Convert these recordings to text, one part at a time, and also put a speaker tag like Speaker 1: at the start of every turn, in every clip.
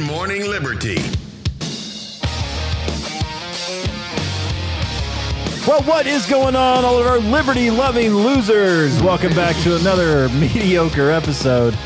Speaker 1: Morning Liberty.
Speaker 2: Well, what is going on, all of our liberty loving losers? Welcome back to another mediocre episode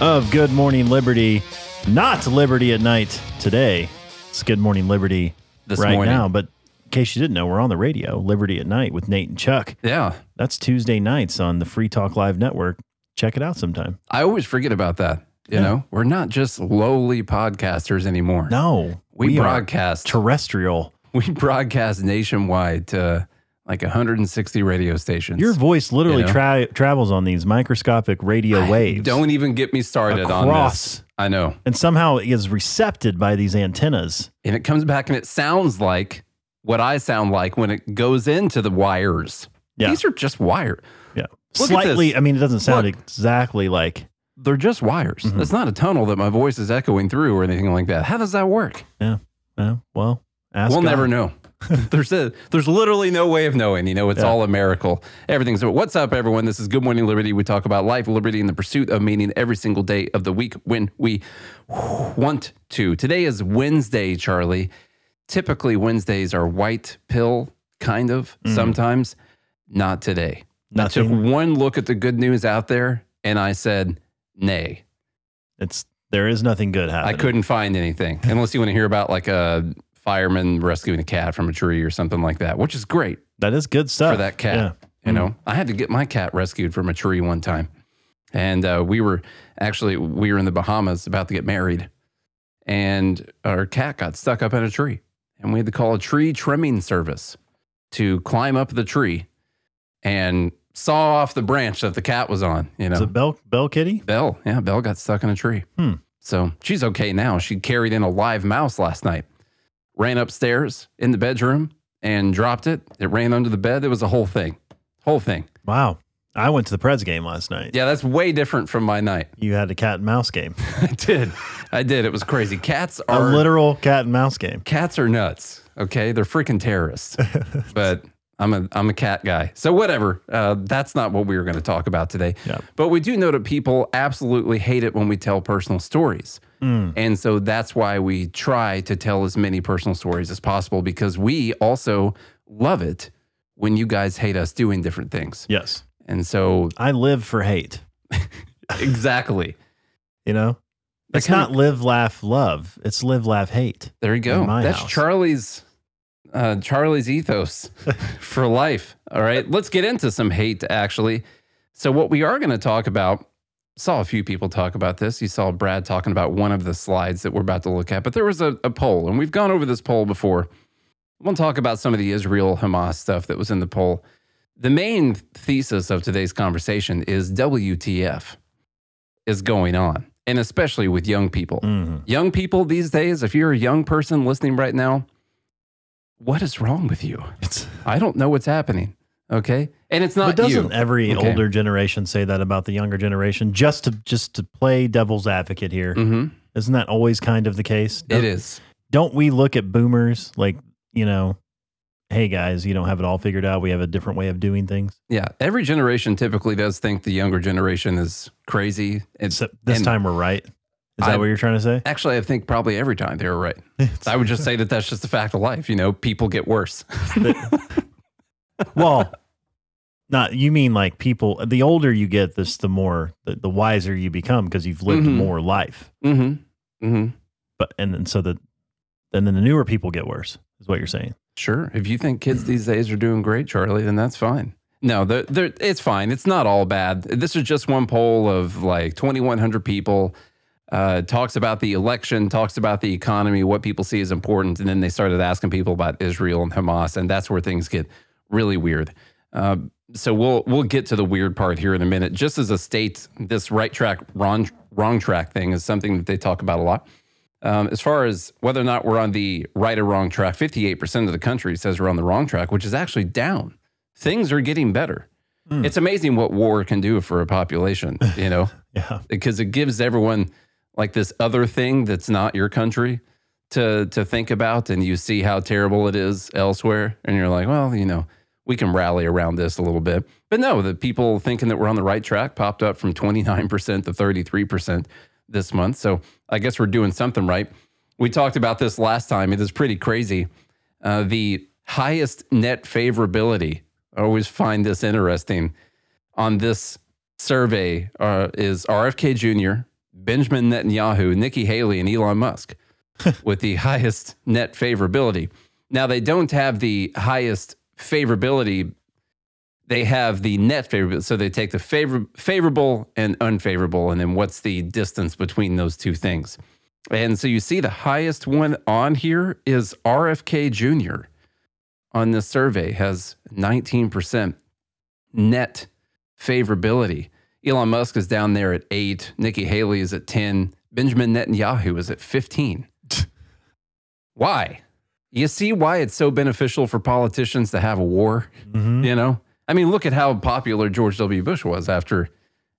Speaker 2: of Good Morning Liberty. Not Liberty at Night today. It's Good Morning Liberty
Speaker 3: This
Speaker 2: right
Speaker 3: morning.
Speaker 2: now. But in case you didn't know, we're on the radio, Liberty at Night with Nate and Chuck.
Speaker 3: Yeah.
Speaker 2: That's Tuesday nights on the Free Talk Live Network. Check it out sometime.
Speaker 3: I always forget about that. You know, we're not just lowly podcasters anymore.
Speaker 2: No,
Speaker 3: we,
Speaker 2: are
Speaker 3: broadcast.
Speaker 2: terrestrial.
Speaker 3: we broadcast nationwide to like 160 radio stations.
Speaker 2: Your voice literally
Speaker 3: You know?
Speaker 2: tra- travels on these microscopic radio waves.
Speaker 3: Don't even get me started on this.
Speaker 2: across
Speaker 3: I know.
Speaker 2: and somehow it is recepted by these antennas.
Speaker 3: And it comes back and it sounds like what I sound like when it goes into the wires.
Speaker 2: Yeah.
Speaker 3: These are just wire.
Speaker 2: Yeah.
Speaker 3: Look at
Speaker 2: Slightly,
Speaker 3: this.
Speaker 2: I mean, it doesn't sound
Speaker 3: Look.
Speaker 2: exactly like,
Speaker 3: They're just wires.
Speaker 2: Mm-hmm.
Speaker 3: It's not a tunnel that my voice is echoing through or anything like that. How does that work?
Speaker 2: uh, well, ask
Speaker 3: we'll
Speaker 2: God.
Speaker 3: never know. there's a, there's literally no way of knowing. You know, it's
Speaker 2: Yeah.
Speaker 3: all a miracle. Everything's what's up, everyone. This is Good Morning Liberty. We talk about life, liberty, and the pursuit of meaning every single day of the week when we want to. Today is Wednesday, Charlie. Typically, Wednesdays are white pill, kind of.
Speaker 2: Mm.
Speaker 3: Sometimes, not today. I
Speaker 2: Nothing.
Speaker 3: took one look at the good news out there, and I said, "Nay,
Speaker 2: It's, there is nothing good
Speaker 3: I
Speaker 2: happening.
Speaker 3: couldn't find anything, unless you want to hear about like a fireman rescuing a cat from a tree or something like that, which is great
Speaker 2: That is good stuff.
Speaker 3: for that cat.
Speaker 2: Ah, Yeah.
Speaker 3: You know, I had to get my cat rescued from a tree one time, and uh, we were actually we were in the Bahamas about to get married, and our cat got stuck up in a tree, and we had to call a tree trimming service to climb up the tree and saw off the branch that the cat was on. You know,
Speaker 2: Is it Bell, Bell Kitty?
Speaker 3: Belle, yeah, Belle got stuck in a tree.
Speaker 2: Hmm.
Speaker 3: So she's okay now. She carried in a live mouse last night, ran upstairs in the bedroom and dropped it. It ran under the bed. It was a whole thing, whole thing.
Speaker 2: Wow. I went to the Preds game last night.
Speaker 3: Yeah, that's way different from my night.
Speaker 2: You had a cat and mouse game,
Speaker 3: I did, I did. It was crazy. Cats
Speaker 2: a
Speaker 3: are
Speaker 2: literal cat and mouse game.
Speaker 3: cats are nuts. Okay, they're freaking terrorists. but I'm a I'm a cat guy, so whatever. Uh, that's not what we were going to talk about today.
Speaker 2: Yeah.
Speaker 3: But we do know that people absolutely hate it when we tell personal stories, and so that's why we try to tell as many personal stories as possible because we also love it when you guys hate us doing different things,
Speaker 2: Yes.
Speaker 3: and so
Speaker 2: I live for hate,
Speaker 3: exactly.
Speaker 2: you know?
Speaker 3: That
Speaker 2: It's
Speaker 3: kinda-
Speaker 2: not live, laugh, love. It's live, laugh, hate.
Speaker 3: There you go.
Speaker 2: in my
Speaker 3: That's
Speaker 2: house.
Speaker 3: Charlie's uh, Charlie's ethos for life. All right, let's get into some hate actually. So what we are going to talk about saw a few people talk about this. You saw Brad talking about one of the slides that we're about to look at, but there was a, a poll, and we've gone over this poll before. We'll talk about some of the Israel Hamas stuff that was in the poll. The main thesis of today's conversation is WTF is going on, and especially with young people
Speaker 2: hmm
Speaker 3: young people these days, if you're a young person listening right now, what is wrong with you?
Speaker 2: It's,
Speaker 3: I don't know what's happening. Okay. And it's not
Speaker 2: but doesn't
Speaker 3: you.
Speaker 2: every
Speaker 3: Okay.
Speaker 2: older generation say that about the younger generation? Just to just to play devil's advocate here,
Speaker 3: Mhm.
Speaker 2: not that always kind of the case?
Speaker 3: It
Speaker 2: Don't-
Speaker 3: is.
Speaker 2: Don't we look at boomers like you know, hey guys, you don't have it all figured out. We have a different way of doing things.
Speaker 3: Yeah. Every generation typically does think the younger generation is crazy. It's
Speaker 2: Except this
Speaker 3: and-
Speaker 2: time we're right. Is that
Speaker 3: I-
Speaker 2: what you're trying to say?
Speaker 3: actually, I think probably every time they were right. I would just say that that's just a fact of life. You know, people get worse.
Speaker 2: well, not you mean like people. The older you get, this the more the, the wiser you become because you've lived
Speaker 3: Mhm.
Speaker 2: more life.
Speaker 3: hmm. hmm.
Speaker 2: But and then so the and then the newer people get worse. Is what you're saying?
Speaker 3: Sure. If you think kids these days are doing great, Charlie, then that's fine. No, they're, they're, it's fine. It's not all bad. This is just one poll of like 2,100 people. Uh, talks about the election, talks about the economy, what people see as important. And then they started asking people about Israel and Hamas. And that's where things get really weird. Uh, so we'll we'll get to the weird part here in a minute. Just as a state, this right track, wrong, wrong track thing is something that they talk about a lot. Um, as far as whether or not we're on the right or wrong track, 58% of the country says we're on the wrong track, which is actually down. Things are getting better. It's amazing what war can do for a population, you know,
Speaker 2: Yeah.
Speaker 3: because it gives everyone like this other thing that's not your country to to think about and you see how terrible it is elsewhere and you're like, well, you know, we can rally around this a little bit. But no, the people thinking that we're on the right track popped up from 29% to 33% this month. So I guess we're doing something right. We talked about this last time. It is pretty crazy. Uh, the highest net favorability. I always find this interesting. On this survey uh, is RFK Jr., Benjamin Netanyahu, Nikki Haley, and Elon Musk with the highest net favorability. Now, they don't have the highest favorability. They have the net favorability. So they take the favor- favorable and unfavorable, and then what's the distance between those two things. And so you see the highest one on here is RFK Jr. on this survey has 19% net favorability. Elon Musk is down there at eight. Nikki Haley is at 10. Benjamin Netanyahu is at 15. why? You see why it's so beneficial for politicians to have a war?
Speaker 2: Mhm.
Speaker 3: You know? I mean, look at how popular George W. Bush was after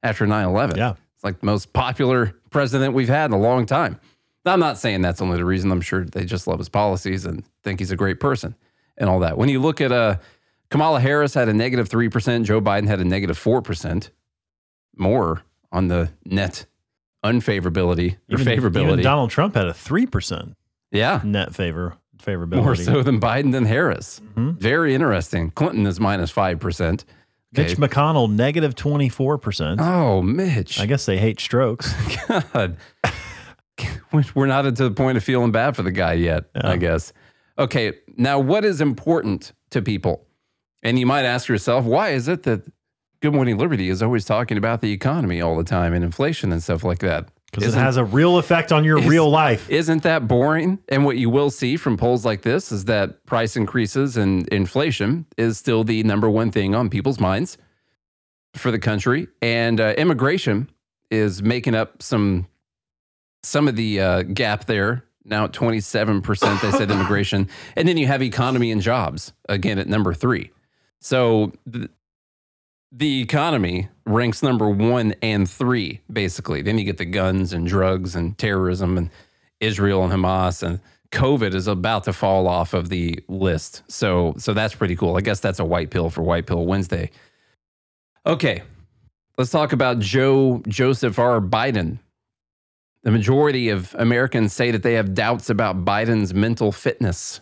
Speaker 3: after 9-11.
Speaker 2: Yeah.
Speaker 3: It's like the most popular president we've had in a long time. Now, I'm not saying that's only the reason. I'm sure they just love his policies and think he's a great person and all that. When you look at uh, Kamala Harris had a negative 3%, Joe Biden had a negative 4% more on the net unfavorability or
Speaker 2: Even-
Speaker 3: favorability.
Speaker 2: Even Donald Trump had a three percent
Speaker 3: yeah,
Speaker 2: net favor favorability.
Speaker 3: more so than Biden than Harris.
Speaker 2: Mhm.
Speaker 3: Very interesting. Clinton is minus 5%.
Speaker 2: Mitch McConnell negative twenty four percent.
Speaker 3: Oh, Mitch.
Speaker 2: I guess they hate strokes.
Speaker 3: God. We're not to the point of feeling bad for the guy yet, I guess. Okay, now what is important to people? And you might ask yourself, why is it that Good Morning Liberty is always talking about the economy all the time and inflation and stuff like that?
Speaker 2: Because it
Speaker 3: Isn't-
Speaker 2: has a real effect on your
Speaker 3: Is-
Speaker 2: real life.
Speaker 3: Isn't that boring? And what you will see from polls like this is that price increases and inflation is still the number one thing on people's minds for the country. And uh, immigration is making up some some of the uh, gap there. Now at 27%, they said immigration. And then you have economy and jobs again at number three. So th- the economy ranks number one and three, basically. Then you get the guns and drugs and terrorism and Israel and Hamas and COVID is about to fall off of the list. So so that's pretty cool. I guess that's a white pill for White Pill Wednesday. Okay. Let's talk about Joe Joseph R. Biden. The majority of Americans say that they have doubts about Biden's mental fitness.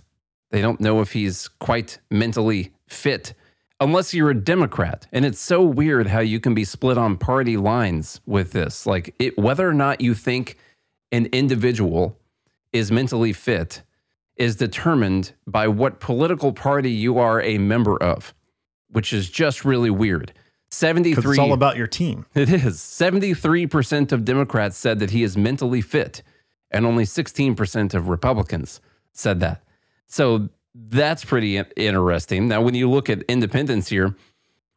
Speaker 3: They don't know if he's quite mentally fit unless you're a Democrat. And it's so weird how you can be split on party lines with this. Like it, whether or not you think an individual is mentally fit is determined by what political party you are a member of, which is just really weird. 73
Speaker 2: Because it's all about your team.
Speaker 3: it is. 73% of Democrats said that he is mentally fit, and only 16% of Republicans said that. So that's pretty in- interesting. Now, when you look at independence here,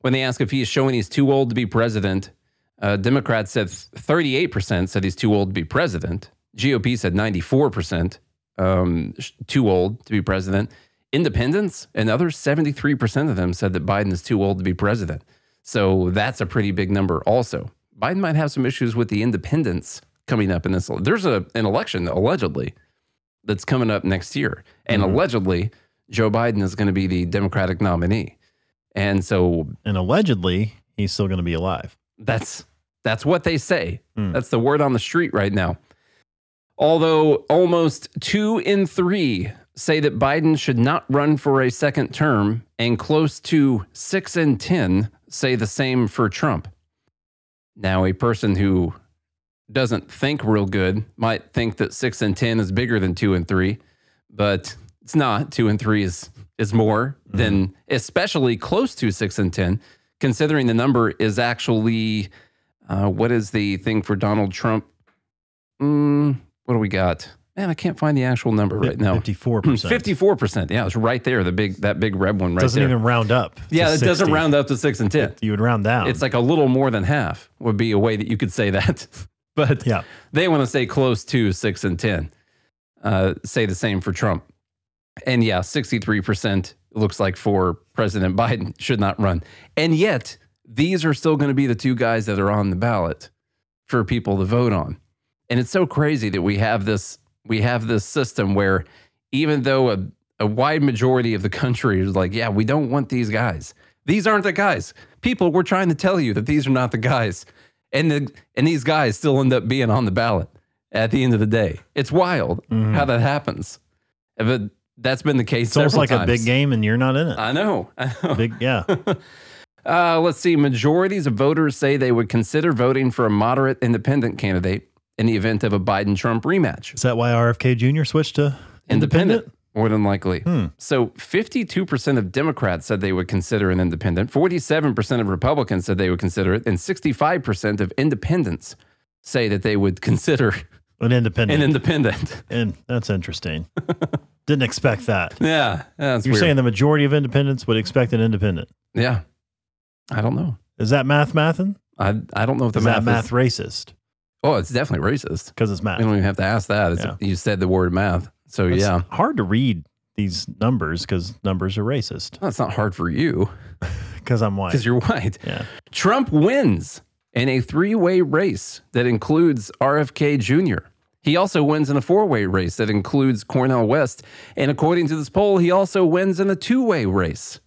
Speaker 3: when they ask if he is showing he's too old to be president, uh, Democrats said 38% said he's too old to be president. GOP said 94% um, sh- too old to be president. Independents and others, 73% of them said that Biden is too old to be president. So that's a pretty big number also. Biden might have some issues with the independents coming up in this. There's a, an election, allegedly, that's coming up next year. And allegedly, Joe Biden is going to be the Democratic nominee. And so
Speaker 2: And allegedly, he's still going to be alive.
Speaker 3: that's that's what they say.
Speaker 2: Hmm.
Speaker 3: That's the word on the street right now. Although almost two in three say that Biden should not run for a second term, and close to six in ten say the same for Trump. Now, a person who doesn't think real good might think that six and ten is bigger than two and three, but it's not. Two and three is is more
Speaker 2: Mm-hmm.
Speaker 3: than especially close to six and ten, considering the number is actually uh, what is the thing for Donald Trump? Mm, what do we got? Man, I can't find the actual number right now.
Speaker 2: fifty-four percent.
Speaker 3: Fifty-four percent. Yeah, it's right there. The big that big red one right
Speaker 2: doesn't
Speaker 3: there.
Speaker 2: even round up. to
Speaker 3: yeah, it
Speaker 2: 60.
Speaker 3: doesn't round up to six and ten.
Speaker 2: You would round down.
Speaker 3: It's like a little more than half would be a way that you could say that. but
Speaker 2: yeah,
Speaker 3: they want to say close to six and 10. Uh, say the same for Trump. And yeah, 63% looks like for President Biden should not run. And yet, these are still going to be the two guys that are on the ballot for people to vote on. And it's so crazy that we have this we have this system where even though a, a wide majority of the country is like, yeah, we don't want these guys. These aren't the guys. People, we're trying to tell you that these are not the guys. And the and these guys still end up being on the ballot. at the end of the day. It's wild how that happens. But that's been the case.
Speaker 2: Mm-hmm. It's almost
Speaker 3: several
Speaker 2: like a big
Speaker 3: times. Uh,
Speaker 2: game and you're not in it.
Speaker 3: I know. I know.
Speaker 2: Big, yeah.
Speaker 3: Uh, let's see. Majorities of voters say they would consider voting for a moderate independent candidate in the event of a Biden Trump rematch.
Speaker 2: Is that why RFK Jr. switched to
Speaker 3: Independent, more than likely.
Speaker 2: Hmm.
Speaker 3: So 52% of Democrats said they would consider an independent, 47% of Republicans said they would consider it, and 65% of independents say that they would consider
Speaker 2: An
Speaker 3: an
Speaker 2: independent.
Speaker 3: independent.
Speaker 2: and that's interesting. Didn't expect that.
Speaker 3: yeah. That's
Speaker 2: You're
Speaker 3: weird.
Speaker 2: saying the majority of independents would expect an independent.
Speaker 3: yeah. I don't know.
Speaker 2: Is that math mathin?
Speaker 3: I, I don't know if the
Speaker 2: Is
Speaker 3: math,
Speaker 2: that math
Speaker 3: is.
Speaker 2: racist?
Speaker 3: Oh, it's definitely racist.
Speaker 2: Because it's math.
Speaker 3: We don't even have to ask that. It's,
Speaker 2: Yeah.
Speaker 3: You said the word math. So,
Speaker 2: It's
Speaker 3: yeah.
Speaker 2: hard to read these numbers because numbers are racist.
Speaker 3: Well, it's not hard for you
Speaker 2: Because I'm white.
Speaker 3: because you're white.
Speaker 2: Yeah.
Speaker 3: Trump wins in a three way race that includes RFK Jr. He also wins in a four way race that includes Cornell West. And according to this poll, he also wins in a two way race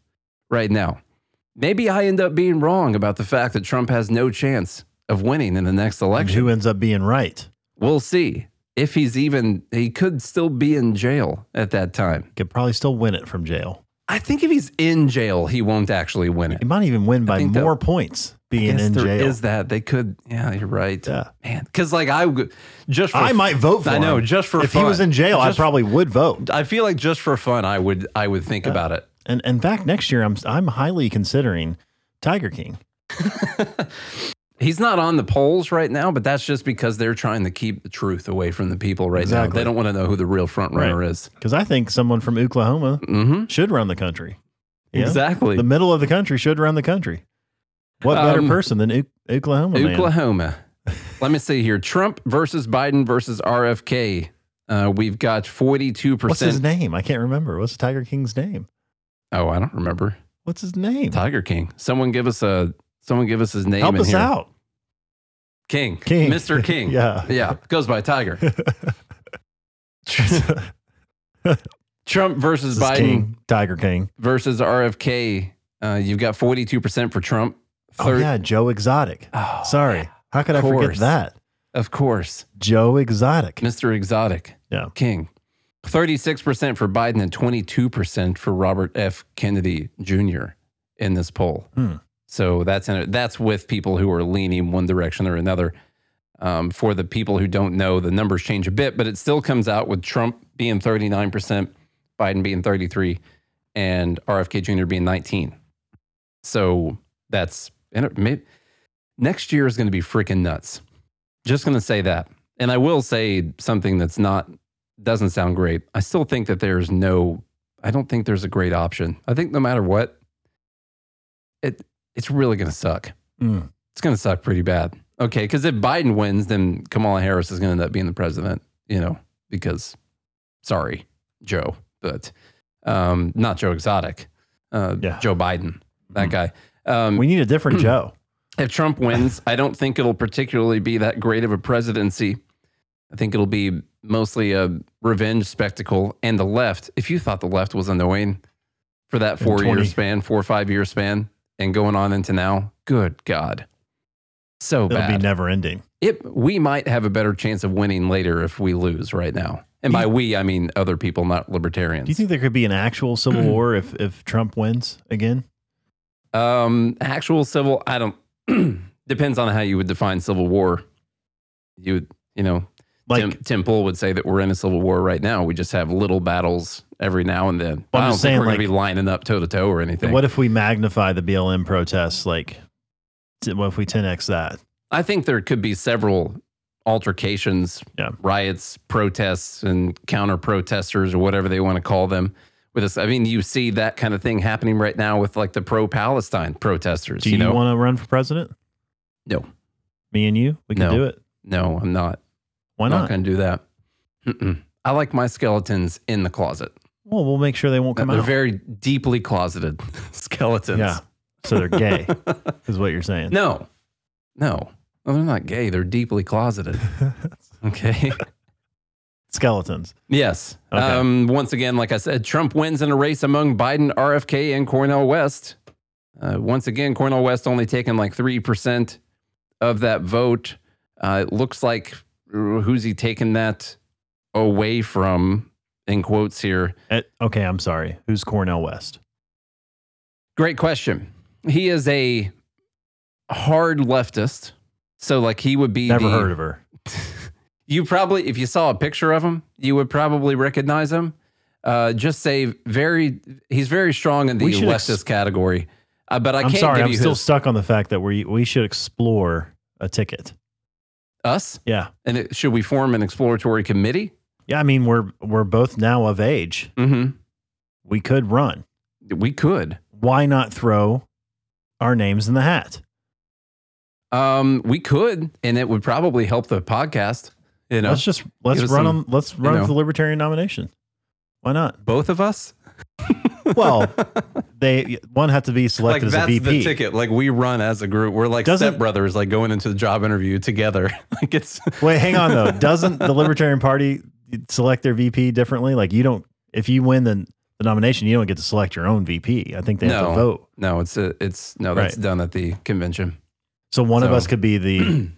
Speaker 3: right now. Maybe I end up being wrong about the fact that Trump has no chance of winning in the next
Speaker 2: And
Speaker 3: election.
Speaker 2: who ends up being right?
Speaker 3: We'll see if he's even, he could still be in jail at that time.
Speaker 2: Could probably still win it from jail.
Speaker 3: I think if he's in jail, he won't actually win it.
Speaker 2: He might even win by
Speaker 3: think that-
Speaker 2: more points being
Speaker 3: Yes,
Speaker 2: in
Speaker 3: there
Speaker 2: jail.
Speaker 3: is that. They could. Yeah, you're right.
Speaker 2: Yeah.
Speaker 3: Man, because like I would- just for,
Speaker 2: I might vote for
Speaker 3: I know
Speaker 2: him.
Speaker 3: just for
Speaker 2: if
Speaker 3: fun.
Speaker 2: he was in jail, I
Speaker 3: Just-
Speaker 2: probably would vote.
Speaker 3: I feel like just for fun, I would I would think about it.
Speaker 2: And in fact, next year I'm I'm highly considering Tiger King.
Speaker 3: He's not on the polls right now, but that's just because they're trying to keep the truth away from the people right now.
Speaker 2: Exactly.
Speaker 3: They don't want to know who the real front runner
Speaker 2: Right.
Speaker 3: is.
Speaker 2: Because I think someone from Oklahoma
Speaker 3: hmm
Speaker 2: should run the country. Yeah?
Speaker 3: Exactly.
Speaker 2: The middle of the country should run the country. What better
Speaker 3: Um,
Speaker 2: person than O- Oklahoma? man?
Speaker 3: Oklahoma. Let me see here. Trump versus Biden versus RFK. Uh, we've got forty-two
Speaker 2: What's his
Speaker 3: percent.
Speaker 2: name? I can't remember. What's Tiger King's name?
Speaker 3: Oh, I don't remember.
Speaker 2: What's his name?
Speaker 3: Tiger King. Someone give us a. Someone give us his name.
Speaker 2: Help
Speaker 3: in
Speaker 2: us
Speaker 3: here.
Speaker 2: out.
Speaker 3: King.
Speaker 2: King.
Speaker 3: Mr. King.
Speaker 2: Yeah.
Speaker 3: Yeah. Goes by Tiger. Trump versus
Speaker 2: This is
Speaker 3: Biden
Speaker 2: King, Tiger King.
Speaker 3: versus RFK. Uh, you've got 42% for Trump.
Speaker 2: Oh
Speaker 3: Third,
Speaker 2: yeah, Joe Exotic.
Speaker 3: Oh,
Speaker 2: Sorry. How could I
Speaker 3: Of
Speaker 2: forget
Speaker 3: course.
Speaker 2: that?
Speaker 3: Of course.
Speaker 2: Joe Exotic.
Speaker 3: Mr. Exotic.
Speaker 2: Yeah.
Speaker 3: King. 36% for Biden and 22% for Robert F. Kennedy Jr. in this poll.
Speaker 2: Hmm.
Speaker 3: So that's in it. That's with people who are leaning one direction or another. Um, for the people who don't know, the numbers change a bit, but it still comes out with Trump being 39%, Biden being 33, and RFK Jr. being 19. So that's and it may, next year is going to be freaking nuts. Just going to say that. And I will say something that's not doesn't sound great. I still think that there's no I don't think there's a great option. I think no matter what it it's really going to suck.
Speaker 2: Mm.
Speaker 3: It's going to suck pretty bad. Okay, cuz if Biden wins then Kamala Harris is going to end up being the president, you know, because sorry, Joe, but um not Joe Exotic. Uh
Speaker 2: Yeah.
Speaker 3: Joe Biden, that
Speaker 2: Mhm.
Speaker 3: guy. Um
Speaker 2: We need a different Joe.
Speaker 3: if Trump wins, I don't think it'll particularly be that great of a presidency. I think it'll be mostly a revenge spectacle. And the left, if you thought the left was annoying for that
Speaker 2: In
Speaker 3: four year
Speaker 2: 20.
Speaker 3: span, four or five year span, and going on into now, good God. So
Speaker 2: It'll be
Speaker 3: bad.
Speaker 2: never ending.
Speaker 3: it, we might have a better chance of winning later if we lose right now. And
Speaker 2: Do
Speaker 3: by
Speaker 2: you-
Speaker 3: we, I mean other people, not libertarians.
Speaker 2: Do you think there could be an actual civil
Speaker 3: Hmm.
Speaker 2: war if, if Trump wins again?
Speaker 3: Um, actual civil, I don't. depends on how you would define civil war. You would, you know,
Speaker 2: Like,
Speaker 3: Tim, Tim Pool would say that we're in a civil war right now. We just have little battles every now and then.
Speaker 2: Well, I'm
Speaker 3: I don't
Speaker 2: just
Speaker 3: think
Speaker 2: saying,
Speaker 3: we're
Speaker 2: like-
Speaker 3: gonna be lining up toe to toe or anything.
Speaker 2: what if we magnify the BLM protests? Like, t- what if we 10x that?
Speaker 3: I think there could be several altercations,
Speaker 2: Yeah.
Speaker 3: riots, protests, and counter protesters or whatever they want to call them. With us, I mean, you see that kind of thing happening right now with like the pro Palestine protesters.
Speaker 2: Do
Speaker 3: you,
Speaker 2: you,
Speaker 3: know,
Speaker 2: want to run for president?
Speaker 3: No.
Speaker 2: Me and you, we can
Speaker 3: No.
Speaker 2: do it.
Speaker 3: no, I'm not.
Speaker 2: Why
Speaker 3: not,
Speaker 2: not?
Speaker 3: going to do that. Mm-mm. I like my skeletons in the closet.
Speaker 2: Well, we'll make sure they won't come
Speaker 3: They're
Speaker 2: out.
Speaker 3: very deeply closeted skeletons.
Speaker 2: yeah. So they're gay, is what you're saying.
Speaker 3: No, no, no, they're not gay. They're deeply closeted. Okay.
Speaker 2: Skeletons.
Speaker 3: yes.
Speaker 2: Okay.
Speaker 3: Um, once again, like I said, Trump wins in a race among Biden, RFK, and Cornell West. Uh, once again, Cornell West only taking like 3% of that vote. Uh, it looks like who's he taking that away from? In quotes here.
Speaker 2: Eh, okay, I'm sorry. Who's Cornell West?
Speaker 3: Great question. He is a hard leftist. So like he would be
Speaker 2: Never
Speaker 3: the,
Speaker 2: heard of her.
Speaker 3: you probably if you saw a picture of him, you would probably recognize him. Uh, just say very he's very strong in the
Speaker 2: We should
Speaker 3: leftist
Speaker 2: ex-
Speaker 3: category. Uh, but I
Speaker 2: I'm
Speaker 3: can't
Speaker 2: sorry.
Speaker 3: give
Speaker 2: I'm
Speaker 3: you
Speaker 2: still
Speaker 3: his-
Speaker 2: stuck on the fact that we we should explore a ticket.
Speaker 3: us.
Speaker 2: Yeah,
Speaker 3: And it, should we form an exploratory committee?
Speaker 2: yeah. I mean, we're we're both now of age.
Speaker 3: Mm-hmm.
Speaker 2: We could run.
Speaker 3: We could.
Speaker 2: Why not throw our names in the hat?
Speaker 3: Um, we could, and it would probably help the podcast. You know,
Speaker 2: Let's just let's
Speaker 3: Give us
Speaker 2: run
Speaker 3: some,
Speaker 2: them. Let's run
Speaker 3: know.
Speaker 2: for the Libertarian nomination. Why not?
Speaker 3: both of us.
Speaker 2: Well, they one had to be
Speaker 3: like
Speaker 2: selected as a
Speaker 3: that's
Speaker 2: VP.
Speaker 3: the ticket. Like we run as a group. We're like
Speaker 2: Doesn't-
Speaker 3: step brothers, like going into the job interview together. like it's
Speaker 2: Wait, hang on though. Doesn't the Libertarian Party select their VP differently? Like you don't if you win the, the nomination, you don't get to select your own VP. I think they have
Speaker 3: No.
Speaker 2: to vote.
Speaker 3: no, it's a, it's no, that's
Speaker 2: Right.
Speaker 3: done at the convention.
Speaker 2: So one of
Speaker 3: So-
Speaker 2: us could be the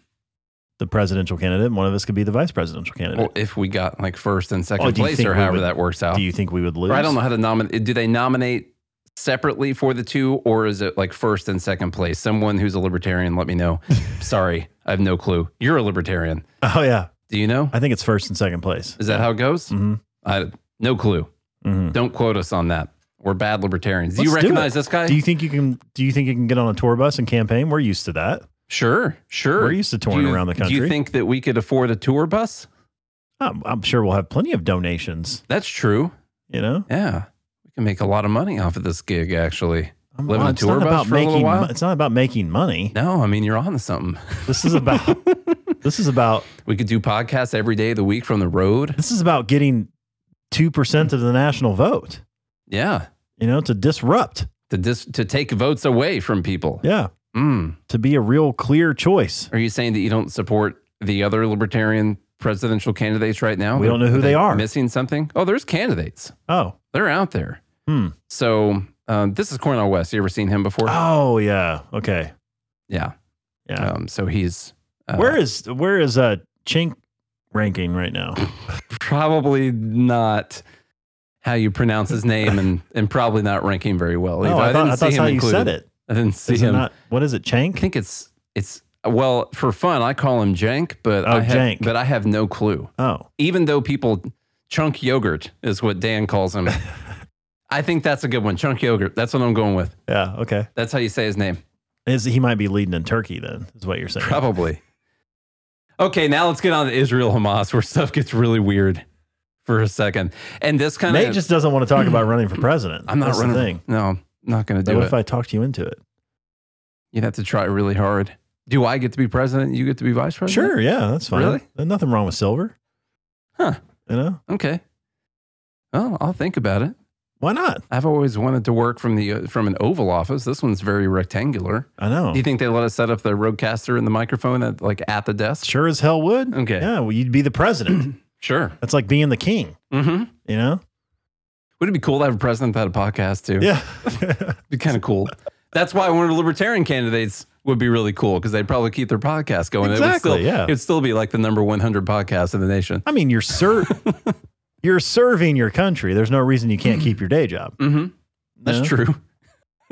Speaker 2: the presidential candidate, and one of us could be the vice presidential
Speaker 3: Well,
Speaker 2: candidate.
Speaker 3: if we got like first and second
Speaker 2: Oh, do you
Speaker 3: place
Speaker 2: think
Speaker 3: or
Speaker 2: we
Speaker 3: however
Speaker 2: would-
Speaker 3: that works out.
Speaker 2: Do you think we would lose?
Speaker 3: Or I don't know how to nominate. Do they nominate separately for the two, or is it like first and second place? Someone who's a libertarian, let me know. Sorry, I have no clue. You're a libertarian.
Speaker 2: Oh yeah,
Speaker 3: Do you know?
Speaker 2: I think it's first and second place.
Speaker 3: Is that how it goes?
Speaker 2: hmm
Speaker 3: I no clue.
Speaker 2: hmm
Speaker 3: Don't quote us on that. We're bad libertarians. do you
Speaker 2: Let's do
Speaker 3: recognize this guy?
Speaker 2: Do you think you can? Do you think you can get on a tour bus and campaign? We're used to that.
Speaker 3: sure, sure.
Speaker 2: We're used to touring
Speaker 3: Do you-
Speaker 2: around the
Speaker 3: Do
Speaker 2: country.
Speaker 3: you think that we could afford a tour bus?
Speaker 2: I'm, I'm sure we'll have plenty of donations.
Speaker 3: That's true.
Speaker 2: You know,
Speaker 3: Yeah, we can make a lot of money off of this gig. Actually,
Speaker 2: I'm,
Speaker 3: Live in a
Speaker 2: it's
Speaker 3: tour
Speaker 2: not
Speaker 3: bus
Speaker 2: about
Speaker 3: for a little
Speaker 2: making.
Speaker 3: while?
Speaker 2: mo- It's not about making money.
Speaker 3: no, I mean you're on to something.
Speaker 2: This is about. this is about.
Speaker 3: We could do podcasts every day of the week from the road.
Speaker 2: This is about getting two percent of the national vote.
Speaker 3: Yeah,
Speaker 2: You know, to disrupt.
Speaker 3: to dis- to take votes away from people.
Speaker 2: Yeah,
Speaker 3: Mm.
Speaker 2: to be a real clear choice.
Speaker 3: Are you saying that you don't support the other libertarian presidential candidates right now?
Speaker 2: We don't know who they are.
Speaker 3: Missing something? Oh, there's candidates.
Speaker 2: Oh,
Speaker 3: They're out there.
Speaker 2: Hmm.
Speaker 3: So um, this is Cornell West. You ever seen him before?
Speaker 2: oh yeah. Okay.
Speaker 3: yeah.
Speaker 2: Yeah.
Speaker 3: Um, so he's uh,
Speaker 2: where is where is uh Chink ranking right now?
Speaker 3: probably not how you pronounce his name, and and probably not ranking very well.
Speaker 2: No,
Speaker 3: either.
Speaker 2: Oh, I, thought, I thought that's how you said it.
Speaker 3: I didn't see
Speaker 2: Is it
Speaker 3: him.
Speaker 2: not? What is it?
Speaker 3: I
Speaker 2: Chank?
Speaker 3: think it's it's well for fun. I call him Jank, but
Speaker 2: Oh,
Speaker 3: I have,
Speaker 2: Jank.
Speaker 3: but I have no clue.
Speaker 2: Oh,
Speaker 3: Even though people chunk yogurt is what Dan calls him. I think that's a good one. Chunk yogurt. That's what I'm going with.
Speaker 2: yeah. Okay.
Speaker 3: That's how you say his name.
Speaker 2: Is he might be leading in Turkey then? Is what you're saying?
Speaker 3: Probably. Okay, now let's get on to Israel Hamas, where stuff gets really weird for a second. And this kind
Speaker 2: Nate
Speaker 3: of
Speaker 2: just doesn't want to talk about running for president.
Speaker 3: I'm not
Speaker 2: That's the
Speaker 3: running.
Speaker 2: thing.
Speaker 3: No, not gonna
Speaker 2: But
Speaker 3: do
Speaker 2: what
Speaker 3: it.
Speaker 2: if I talked you into it?
Speaker 3: You'd have to try really hard. Do I get to be president? You get to be vice president?
Speaker 2: Sure. Yeah, that's fine.
Speaker 3: Really?
Speaker 2: There's nothing wrong with silver.
Speaker 3: Huh.
Speaker 2: You know
Speaker 3: Okay. Well, I'll think about it.
Speaker 2: why not?
Speaker 3: I've always wanted to work from the uh, from an Oval Office. This one's very rectangular.
Speaker 2: I know.
Speaker 3: Do you think they let us set up the roadcaster and the microphone at like at the desk?
Speaker 2: Sure as hell would.
Speaker 3: Okay.
Speaker 2: Yeah. Well, you'd be the president.
Speaker 3: Sure.
Speaker 2: that's like being the king.
Speaker 3: Mm-hmm.
Speaker 2: You know.
Speaker 3: Would it be cool to have a president that had a podcast too?
Speaker 2: Yeah.
Speaker 3: It'd be kind of cool. That's why one of the libertarian candidates would be really cool because they'd probably keep their podcast going. It would
Speaker 2: Exactly,
Speaker 3: still,
Speaker 2: yeah.
Speaker 3: It'd still be like the number 100 podcast in the nation.
Speaker 2: I mean, you're ser- you're serving your country. There's no reason you can't keep your day job.
Speaker 3: Mm-hmm. That's
Speaker 2: No?
Speaker 3: true.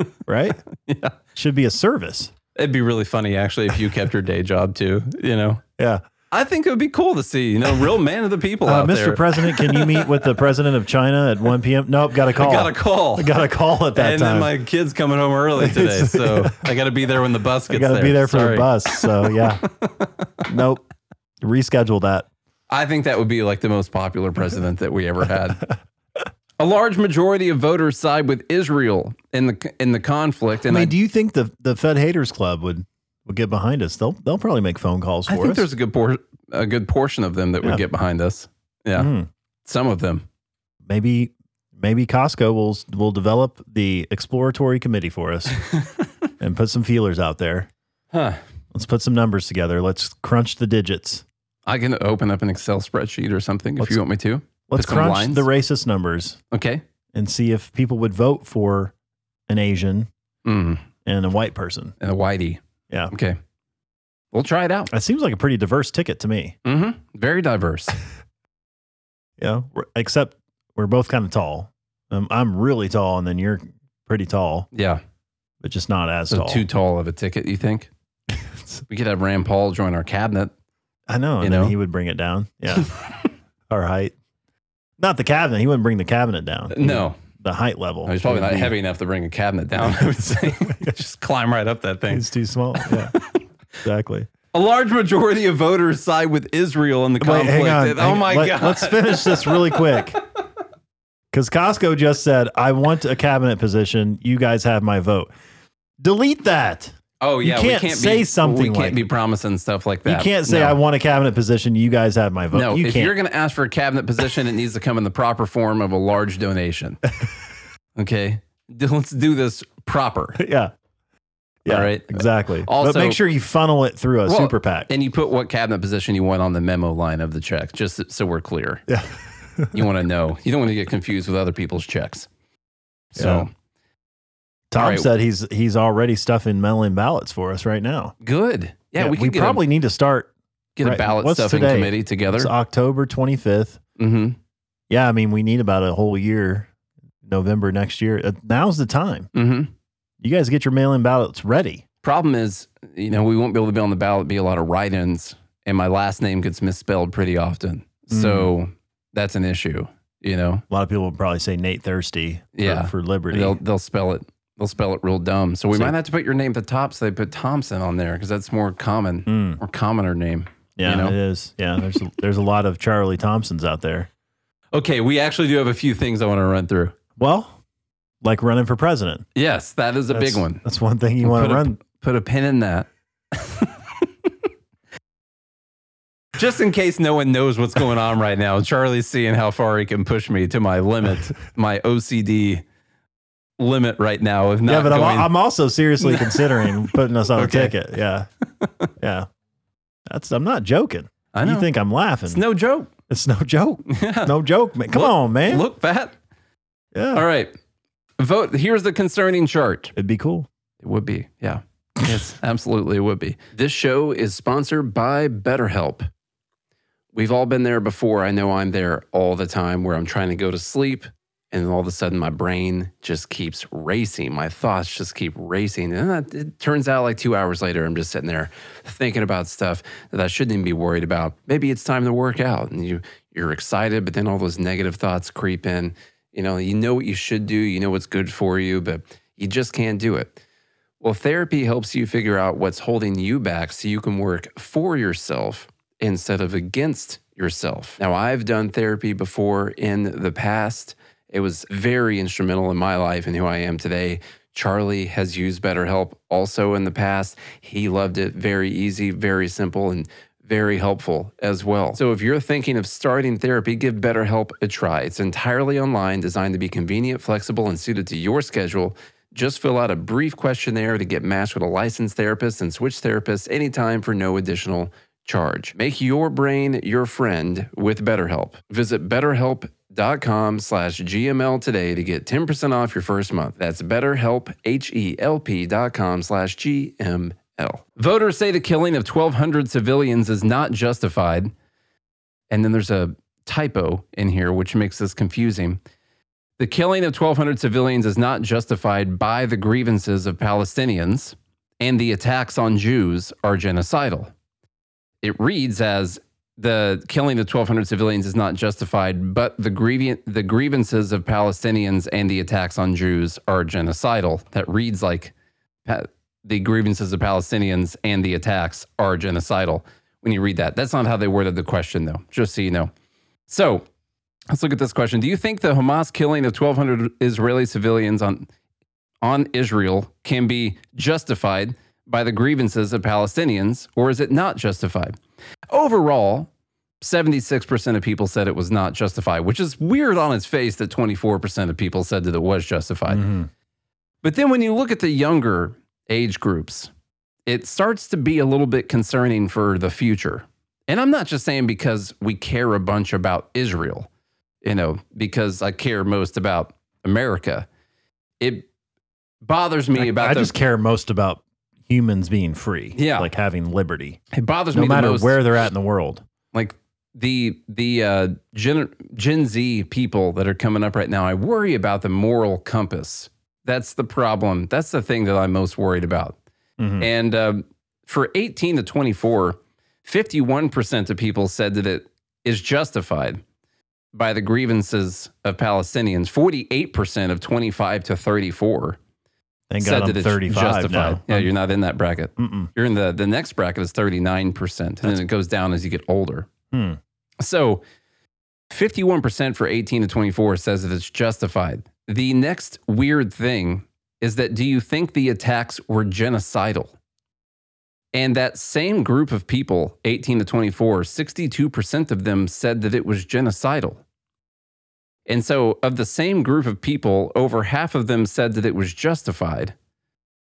Speaker 2: right?
Speaker 3: Yeah.
Speaker 2: Should be a service.
Speaker 3: It'd be really funny actually if you kept your day job too, you know.
Speaker 2: Yeah.
Speaker 3: I think it would be cool to see, you know, real man of the people
Speaker 2: Uh,
Speaker 3: out
Speaker 2: Mr.
Speaker 3: there.
Speaker 2: President, can you meet with the president of China at 1 p.m.? Nope, got a call.
Speaker 3: I got a call.
Speaker 2: I got a call at that
Speaker 3: and
Speaker 2: time.
Speaker 3: then my kid's coming home early today, so I got to be there when the bus
Speaker 2: I
Speaker 3: gets
Speaker 2: got to
Speaker 3: there.
Speaker 2: be there for
Speaker 3: Sorry.
Speaker 2: the bus. So, yeah. nope. Reschedule that.
Speaker 3: I think that would be like the most popular president that we ever had. A large majority of voters side with Israel in the in the conflict,
Speaker 2: I
Speaker 3: and I,
Speaker 2: mean, do you think the, the Fed Haters Club would, would get behind us? They'll, they'll probably make phone calls for
Speaker 3: I think
Speaker 2: us.
Speaker 3: there's a good por- a good portion of them that
Speaker 2: Yeah.
Speaker 3: would get behind us. Yeah,
Speaker 2: Mhm.
Speaker 3: some of them.
Speaker 2: Maybe. Maybe Costco will will develop the exploratory committee for us and put some feelers out there.
Speaker 3: Huh.
Speaker 2: Let's put some numbers together. Let's crunch the digits.
Speaker 3: I can open up an Excel spreadsheet or something if
Speaker 2: Let's-
Speaker 3: you want me to.
Speaker 2: Let's
Speaker 3: Put some
Speaker 2: crunch
Speaker 3: lines?
Speaker 2: the racist numbers
Speaker 3: Okay.
Speaker 2: and see if people would vote for an Asian
Speaker 3: Mm.
Speaker 2: and a white person.
Speaker 3: And a whitey.
Speaker 2: Yeah.
Speaker 3: Okay. We'll try it out.
Speaker 2: That seems like a pretty diverse ticket to me.
Speaker 3: hmm Very diverse.
Speaker 2: Yeah. We're- Except we're both kind of tall. Um, I'm really tall, and then you're pretty tall,
Speaker 3: Yeah.
Speaker 2: but just not as
Speaker 3: So
Speaker 2: tall.
Speaker 3: too tall of a ticket, you think? we could have Rand Paul join our cabinet.
Speaker 2: I know. And
Speaker 3: you
Speaker 2: then
Speaker 3: know?
Speaker 2: he would bring it down. Yeah. Our height. Not the cabinet. He wouldn't bring the cabinet down.
Speaker 3: No,
Speaker 2: The height level.
Speaker 3: no, Oh, he's probably
Speaker 2: He would
Speaker 3: not
Speaker 2: be-
Speaker 3: heavy enough to bring a cabinet down. I would say just climb right up that thing.
Speaker 2: He's too small. Yeah. exactly.
Speaker 3: A large majority of voters side with Israel in the
Speaker 2: Wait,
Speaker 3: conflict.
Speaker 2: hang on.
Speaker 3: oh
Speaker 2: Hang-
Speaker 3: my
Speaker 2: let-
Speaker 3: god!
Speaker 2: Let's finish this really quick. Because Costco just said, I want a cabinet position. You guys have my vote. Delete that.
Speaker 3: oh
Speaker 2: you
Speaker 3: yeah,
Speaker 2: can't
Speaker 3: we can't
Speaker 2: say
Speaker 3: be,
Speaker 2: something
Speaker 3: We can't
Speaker 2: like-
Speaker 3: be promising stuff like that.
Speaker 2: You can't say,
Speaker 3: No.
Speaker 2: I want a cabinet position. You guys have my vote.
Speaker 3: No,
Speaker 2: you
Speaker 3: if
Speaker 2: can't.
Speaker 3: you're going to ask for a cabinet position, it needs to come in the proper form of a large donation. okay, let's do this proper.
Speaker 2: yeah. Yeah.
Speaker 3: All right.
Speaker 2: Exactly. but
Speaker 3: Also-
Speaker 2: make sure you funnel it through a
Speaker 3: Well,
Speaker 2: super PAC.
Speaker 3: And you put what cabinet position you want on the memo line of the check, just so we're clear.
Speaker 2: Yeah.
Speaker 3: You want to know. You don't want to get confused with other people's checks. So
Speaker 2: Yeah. Tom
Speaker 3: all right.
Speaker 2: said he's he's already stuffing mail-in ballots for us right now.
Speaker 3: good. Yeah, we could get, probably
Speaker 2: probably need to start.
Speaker 3: a, get
Speaker 2: right,
Speaker 3: a ballot
Speaker 2: what's
Speaker 3: stuffing
Speaker 2: today?
Speaker 3: committee together.
Speaker 2: It's October 25th.
Speaker 3: hmm
Speaker 2: Yeah, I mean, we need about a whole year. November next year. Uh, Now's the time.
Speaker 3: hmm
Speaker 2: You guys get your mail-in ballots ready.
Speaker 3: Problem is, you know, we won't be able to be on the ballot. Be a lot of write-ins, and my last name gets misspelled pretty often. So
Speaker 2: Mm.
Speaker 3: that's an issue. You know,
Speaker 2: A lot of people will probably say Nate Thirsty for,
Speaker 3: Yeah.
Speaker 2: for Liberty.
Speaker 3: they'll they'll spell it. They'll spell it real dumb. So we
Speaker 2: So-
Speaker 3: might have to put your name at the top. So they put Thompson on there because that's more common,
Speaker 2: Mm,
Speaker 3: more commoner name.
Speaker 2: yeah,
Speaker 3: You know?
Speaker 2: it is. Yeah, there's a, there's a lot of Charlie Thompsons out there.
Speaker 3: Okay, we actually do have a few things I want to run through.
Speaker 2: Well, like running for president.
Speaker 3: Yes, that is a
Speaker 2: That's-
Speaker 3: big one.
Speaker 2: That's one thing you
Speaker 3: We'll
Speaker 2: want
Speaker 3: put
Speaker 2: to
Speaker 3: a-
Speaker 2: run.
Speaker 3: Put a pin in that. Just in case no one knows what's going on right now, Charlie's seeing how far he can push me to my limit, my OCD limit right now of not
Speaker 2: yeah, but I'm,
Speaker 3: going-
Speaker 2: I'm also seriously considering putting us on
Speaker 3: Okay.
Speaker 2: a ticket. Yeah, yeah. That's I'm not joking.
Speaker 3: I know.
Speaker 2: You think I'm laughing?
Speaker 3: it's no joke.
Speaker 2: It's no joke.
Speaker 3: Yeah.
Speaker 2: No joke, man. Come
Speaker 3: Look-
Speaker 2: on, man.
Speaker 3: Look, fat.
Speaker 2: yeah,
Speaker 3: All right. Vote. Here's the concerning chart.
Speaker 2: it'd be cool.
Speaker 3: It would be. Yeah. Yes, absolutely. It would be. This show is sponsored by BetterHelp. We've all been there before. I know I'm there all the time where I'm trying to go to sleep. And then all of a sudden, my brain just keeps racing. My thoughts just keep racing. And then it turns out, like two hours later, I'm just sitting there thinking about stuff that I shouldn't even be worried about. Maybe it's time to work out, and you you're excited, but then all those negative thoughts creep in. You know, you know what you should do, you know what's good for you, but you just can't do it. Well, therapy helps you figure out what's holding you back so you can work for yourself instead of against yourself. Now, I've done therapy before in the past. It was very instrumental in my life and who I am today. Charlie has used BetterHelp also in the past. He loved it. Very easy, very simple, and very helpful as well. So if you're thinking of starting therapy, give BetterHelp a try. It's entirely online, designed to be convenient, flexible, and suited to your schedule. Just fill out a brief questionnaire to get matched with a licensed therapist and switch therapists anytime for no additional charge. Make your brain your friend with BetterHelp. Visit betterhelp.com slash GML today to get 10% off your first month. That's betterhelp, H-E-L-P dot com slash G-M-L. Voters say the killing of 1,200 civilians is not justified. And then there's a typo in here, which makes this confusing. The killing of 1,200 civilians is not justified by the grievances of Palestinians, and the attacks on Jews are genocidal. It reads as the killing of 1,200 civilians is not justified, but the, grievan- the grievances of Palestinians and the attacks on Jews are genocidal. That reads like pa- the grievances of Palestinians and the attacks are genocidal when you read that. That's not how they worded the question, though, just so you know. So Let's look at this question. Do you think the Hamas killing of 1,200 Israeli civilians on on Israel can be justified by the grievances of Palestinians, or is it not justified? Overall, 76% of people said it was not justified, which is weird on its face that 24% of people said that it was justified.
Speaker 2: Mhm.
Speaker 3: But then when you look at the younger age groups, it starts to be a little bit concerning for the future. And I'm not just saying because we care a bunch about Israel, you know, because I care most about America. It bothers me
Speaker 2: I,
Speaker 3: about
Speaker 2: I
Speaker 3: the
Speaker 2: just care most about humans being free.
Speaker 3: Yeah.
Speaker 2: Like having liberty,
Speaker 3: It bothers
Speaker 2: no
Speaker 3: me
Speaker 2: matter
Speaker 3: the most.
Speaker 2: where they're at in the world.
Speaker 3: like the the uh, Gen Gen Z people that are coming up right now, I worry about the moral compass. That's the problem. That's the thing that I'm most worried about.
Speaker 2: Mhm.
Speaker 3: And um, for 18 to 24, 51% of people said that it is justified by the grievances of Palestinians. 48% of 25 to 34
Speaker 2: Thank
Speaker 3: said
Speaker 2: God
Speaker 3: that
Speaker 2: I'm
Speaker 3: it's
Speaker 2: 35
Speaker 3: justified.
Speaker 2: now.
Speaker 3: Yeah, you're not in that bracket.
Speaker 2: Mm-mm.
Speaker 3: You're in the the next bracket is 39%, and then it goes down as you get older.
Speaker 2: Hmm.
Speaker 3: So 51% for 18 to 24 says that it's justified. The next weird thing is that do you think the attacks were genocidal? And that same group of people, 18 to 24, 62% of them said that it was genocidal. And so, of the same group of people, over half of them said that it was justified.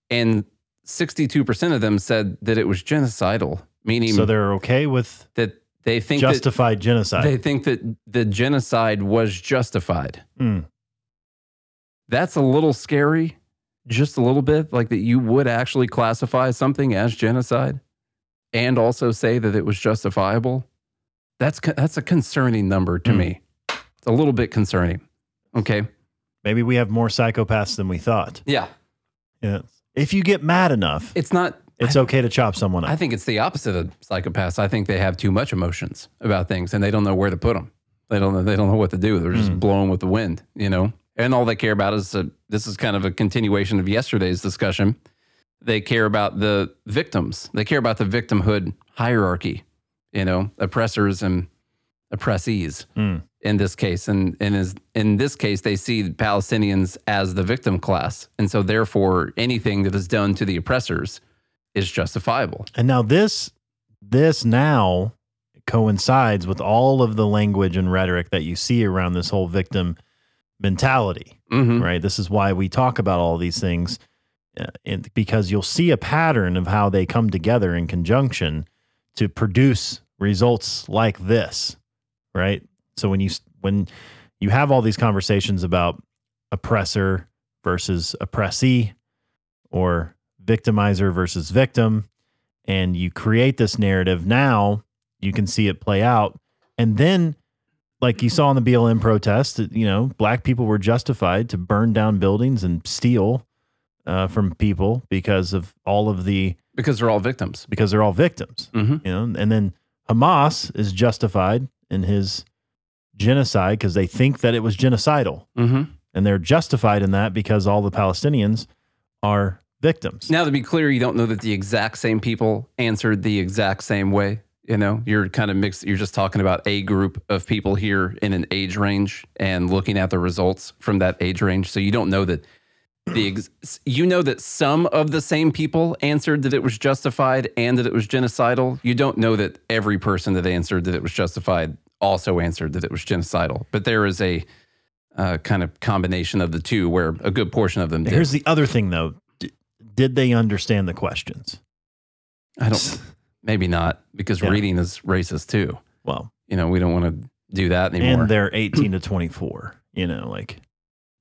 Speaker 3: And 62% of them said that it was genocidal, meaning
Speaker 2: So they're okay with
Speaker 3: that they think that-
Speaker 2: justified genocide.
Speaker 3: they think that the genocide was justified.
Speaker 2: Hmm.
Speaker 3: That's a little scary, just a little bit, like that you would actually classify something as genocide and also say that it was justifiable. That's co- that's a concerning number to
Speaker 2: Hmm.
Speaker 3: me. It's a little bit concerning. Okay.
Speaker 2: Maybe we have more psychopaths than we thought.
Speaker 3: Yeah.
Speaker 2: Yeah. If you get mad enough,
Speaker 3: It's not
Speaker 2: it's okay to chop someone
Speaker 3: I
Speaker 2: up.
Speaker 3: think it's the opposite of psychopaths. I think they have too much emotions about things and they don't know where to put them. They don't know. They don't know what to do. They're
Speaker 2: Hmm.
Speaker 3: just blowing with the wind, you know. And all they care about is uh this is kind of a continuation of yesterday's discussion. They care about the victims. They care about the victimhood hierarchy, you know, oppressors and oppressees
Speaker 2: Hmm.
Speaker 3: in this case. And and is in this case they see the Palestinians as the victim class, and so therefore anything that is done to the oppressors is justifiable.
Speaker 2: And now this this now coincides with all of the language and rhetoric that you see around this whole victim mentality.
Speaker 3: Mm-hmm.
Speaker 2: right? This is why we talk about all these things uh, and because you'll see a pattern of how they come together in conjunction to produce results like this, right? So when you s- when you have all these conversations about oppressor versus oppressee or victimizer versus victim and you create this narrative now, you can see it play out and then like you saw in the BLM protest, you know, black people were justified to burn down buildings and steal uh, from people because of all of the
Speaker 3: Because they're all victims.
Speaker 2: because they're all victims,
Speaker 3: Mm-hmm.
Speaker 2: you know. And then Hamas is justified in his genocide because they think that it was genocidal,
Speaker 3: Mm-hmm.
Speaker 2: and they're justified in that because all the Palestinians are victims.
Speaker 3: Now, to be clear, you don't know that the exact same people answered the exact same way. You know, you're kind of mixed. You're just talking about a group of people here in an age range and looking at the results from that age range. So you don't know that the ex- you know that some of the same people answered that it was justified and that it was genocidal. You don't know that every person that answered that it was justified also answered that it was genocidal. But there is a uh, kind of combination of the two where a good portion of them did.
Speaker 2: Here's the other thing, though: D- did they understand the questions?
Speaker 3: I don't. Maybe not because
Speaker 2: Yeah.
Speaker 3: reading is racist too.
Speaker 2: Well,
Speaker 3: You know, we don't want to do that anymore.
Speaker 2: and they're 18 to 24. You know, like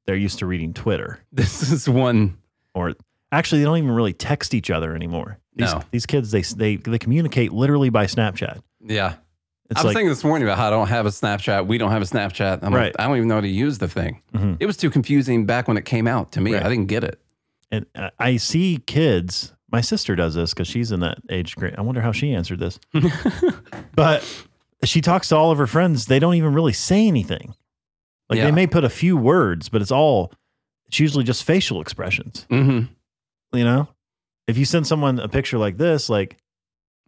Speaker 2: they're used to reading Twitter.
Speaker 3: this is one.
Speaker 2: or actually they don't even really text each other anymore. These,
Speaker 3: No.
Speaker 2: these kids they they they communicate literally by Snapchat.
Speaker 3: Yeah,
Speaker 2: It's
Speaker 3: I was
Speaker 2: like
Speaker 3: thinking this morning about how I don't have a Snapchat. We don't have a Snapchat. I'm
Speaker 2: Right.
Speaker 3: like, I don't even know how to use the thing.
Speaker 2: Mhm.
Speaker 3: It was too confusing back when it came out to me.
Speaker 2: Right.
Speaker 3: I didn't get it.
Speaker 2: and I- I see kids. My sister does this because she's in that age grade. I wonder how she answered this. but she talks to all of her friends. They don't even really say anything. Like
Speaker 3: Yeah.
Speaker 2: they may put a few words, but it's all it's usually just facial expressions.
Speaker 3: hmm
Speaker 2: You know, if you send someone a picture like this, like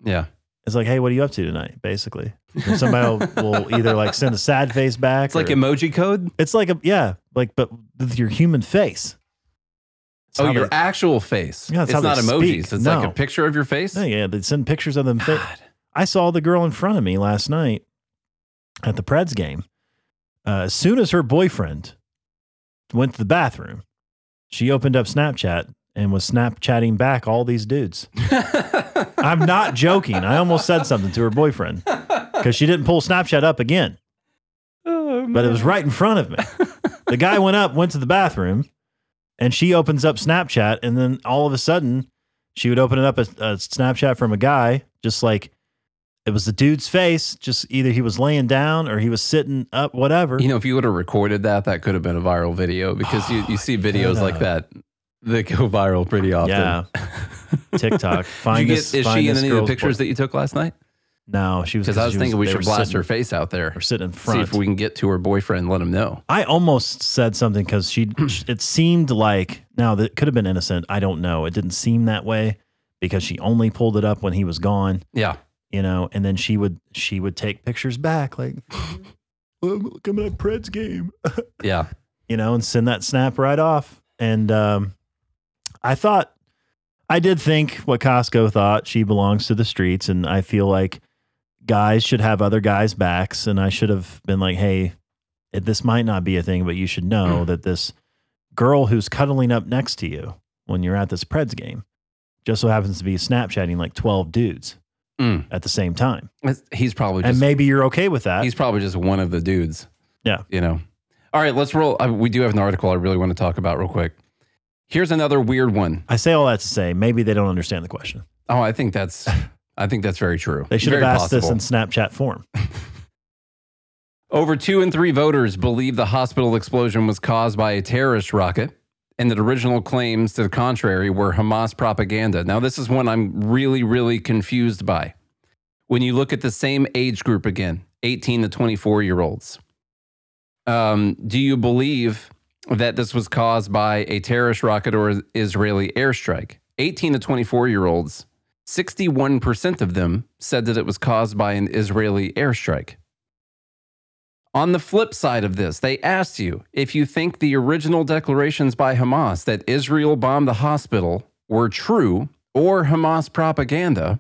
Speaker 3: Yeah.
Speaker 2: it's like, hey, what are you up to tonight? Basically, and somebody will, will either like send a sad face back.
Speaker 3: It's like
Speaker 2: or-
Speaker 3: emoji code.
Speaker 2: It's like a yeah, like but with your human face. It's
Speaker 3: oh,
Speaker 2: how
Speaker 3: your
Speaker 2: they-
Speaker 3: actual face.
Speaker 2: Yeah, that's
Speaker 3: it's
Speaker 2: how
Speaker 3: not
Speaker 2: they
Speaker 3: emojis.
Speaker 2: speak.
Speaker 3: It's like
Speaker 2: No.
Speaker 3: a picture of your face.
Speaker 2: Yeah, yeah, they send pictures of them. Fa-
Speaker 3: God.
Speaker 2: I saw the girl in front of me last night at the Preds game. Uh, as soon as her boyfriend went to the bathroom, she opened up Snapchat and was Snapchatting back all these dudes. I'm not joking. I almost said something to her boyfriend because she didn't pull Snapchat up again.
Speaker 3: Oh,
Speaker 2: but it
Speaker 3: man.
Speaker 2: was right in front of me. the guy went up, went to the bathroom, and she opens up Snapchat, and then all of a sudden, she would open it up a, a Snapchat from a guy, just like it was the dude's face. Just either he was laying down or he was sitting up, whatever.
Speaker 3: You know, if you would have recorded that, that could have been a viral video because you,
Speaker 2: Oh,
Speaker 3: you see videos
Speaker 2: yeah.
Speaker 3: like that that go viral pretty often.
Speaker 2: Yeah. TikTok.
Speaker 3: Did you
Speaker 2: Find
Speaker 3: get,
Speaker 2: this.
Speaker 3: is
Speaker 2: find
Speaker 3: she in
Speaker 2: this
Speaker 3: any of the
Speaker 2: girl's
Speaker 3: pictures
Speaker 2: boy-
Speaker 3: that you took last night?
Speaker 2: no, she was
Speaker 3: Because I was
Speaker 2: she
Speaker 3: thinking we
Speaker 2: they
Speaker 3: should
Speaker 2: were
Speaker 3: blast
Speaker 2: sitting,
Speaker 3: her face out there.
Speaker 2: We're sitting in
Speaker 3: See
Speaker 2: front.
Speaker 3: if we can get to her boyfriend, let him know.
Speaker 2: I almost said something because she. it seemed like now that could have been innocent. I don't know. It didn't seem that way because she only pulled it up when he was gone.
Speaker 3: Yeah.
Speaker 2: You know, and then she would she would take pictures back like, "I'm coming at Preds game.
Speaker 3: Yeah.
Speaker 2: you know, and send that snap right off. And um, I thought, I did think what Costco thought. She belongs to the streets, and I feel like guys should have other guys' backs. And I should have been like, hey, it, this might not be a thing, but you should
Speaker 3: Mm.
Speaker 2: know that this girl who's cuddling up next to you when you're at this Preds game just so happens to be Snapchatting like 12 dudes
Speaker 3: Mm.
Speaker 2: at the same time.
Speaker 3: That's- He's probably
Speaker 2: and
Speaker 3: just
Speaker 2: maybe you're okay with that.
Speaker 3: he's probably just one of the dudes.
Speaker 2: Yeah.
Speaker 3: You know. All right, let's roll. I, we do have an article I really want to talk about real quick. Here's another weird one.
Speaker 2: I say all that to say maybe they don't understand the question.
Speaker 3: Oh, I think that's I think that's very true.
Speaker 2: They should
Speaker 3: very
Speaker 2: have asked
Speaker 3: possible.
Speaker 2: this in Snapchat form.
Speaker 3: Over two in three voters believe the hospital explosion was caused by a terrorist rocket, and that original claims to the contrary were Hamas propaganda. Now, this is one I'm really, really confused by. When you look at the same age group again, 18 to 24 year olds, um, do you believe that this was caused by a terrorist rocket or Israeli airstrike? 18 to 24 year olds, 61% of them said that it was caused by an Israeli airstrike. On the flip side of this, they asked you if you think the original declarations by Hamas that Israel bombed the hospital were true or Hamas propaganda.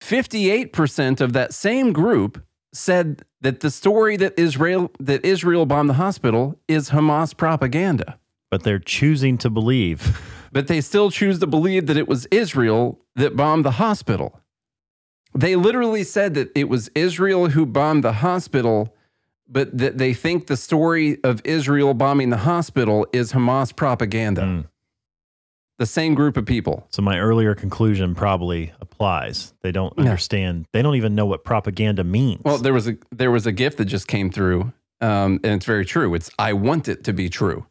Speaker 3: 58% of that same group said that the story that Israel that Israel bombed the hospital is Hamas propaganda.
Speaker 2: but they're choosing to believe.
Speaker 3: But they still choose to believe that it was Israel that bombed the hospital. They literally said that it was Israel who bombed the hospital, but that they think the story of Israel bombing the hospital is Hamas propaganda.
Speaker 2: Mm.
Speaker 3: The same group of people.
Speaker 2: So my earlier conclusion probably applies. They don't
Speaker 3: Yeah.
Speaker 2: understand. They don't even know what propaganda means.
Speaker 3: Well, there was a there was a gift that just came through, um, and it's very true. It's I want it to be true,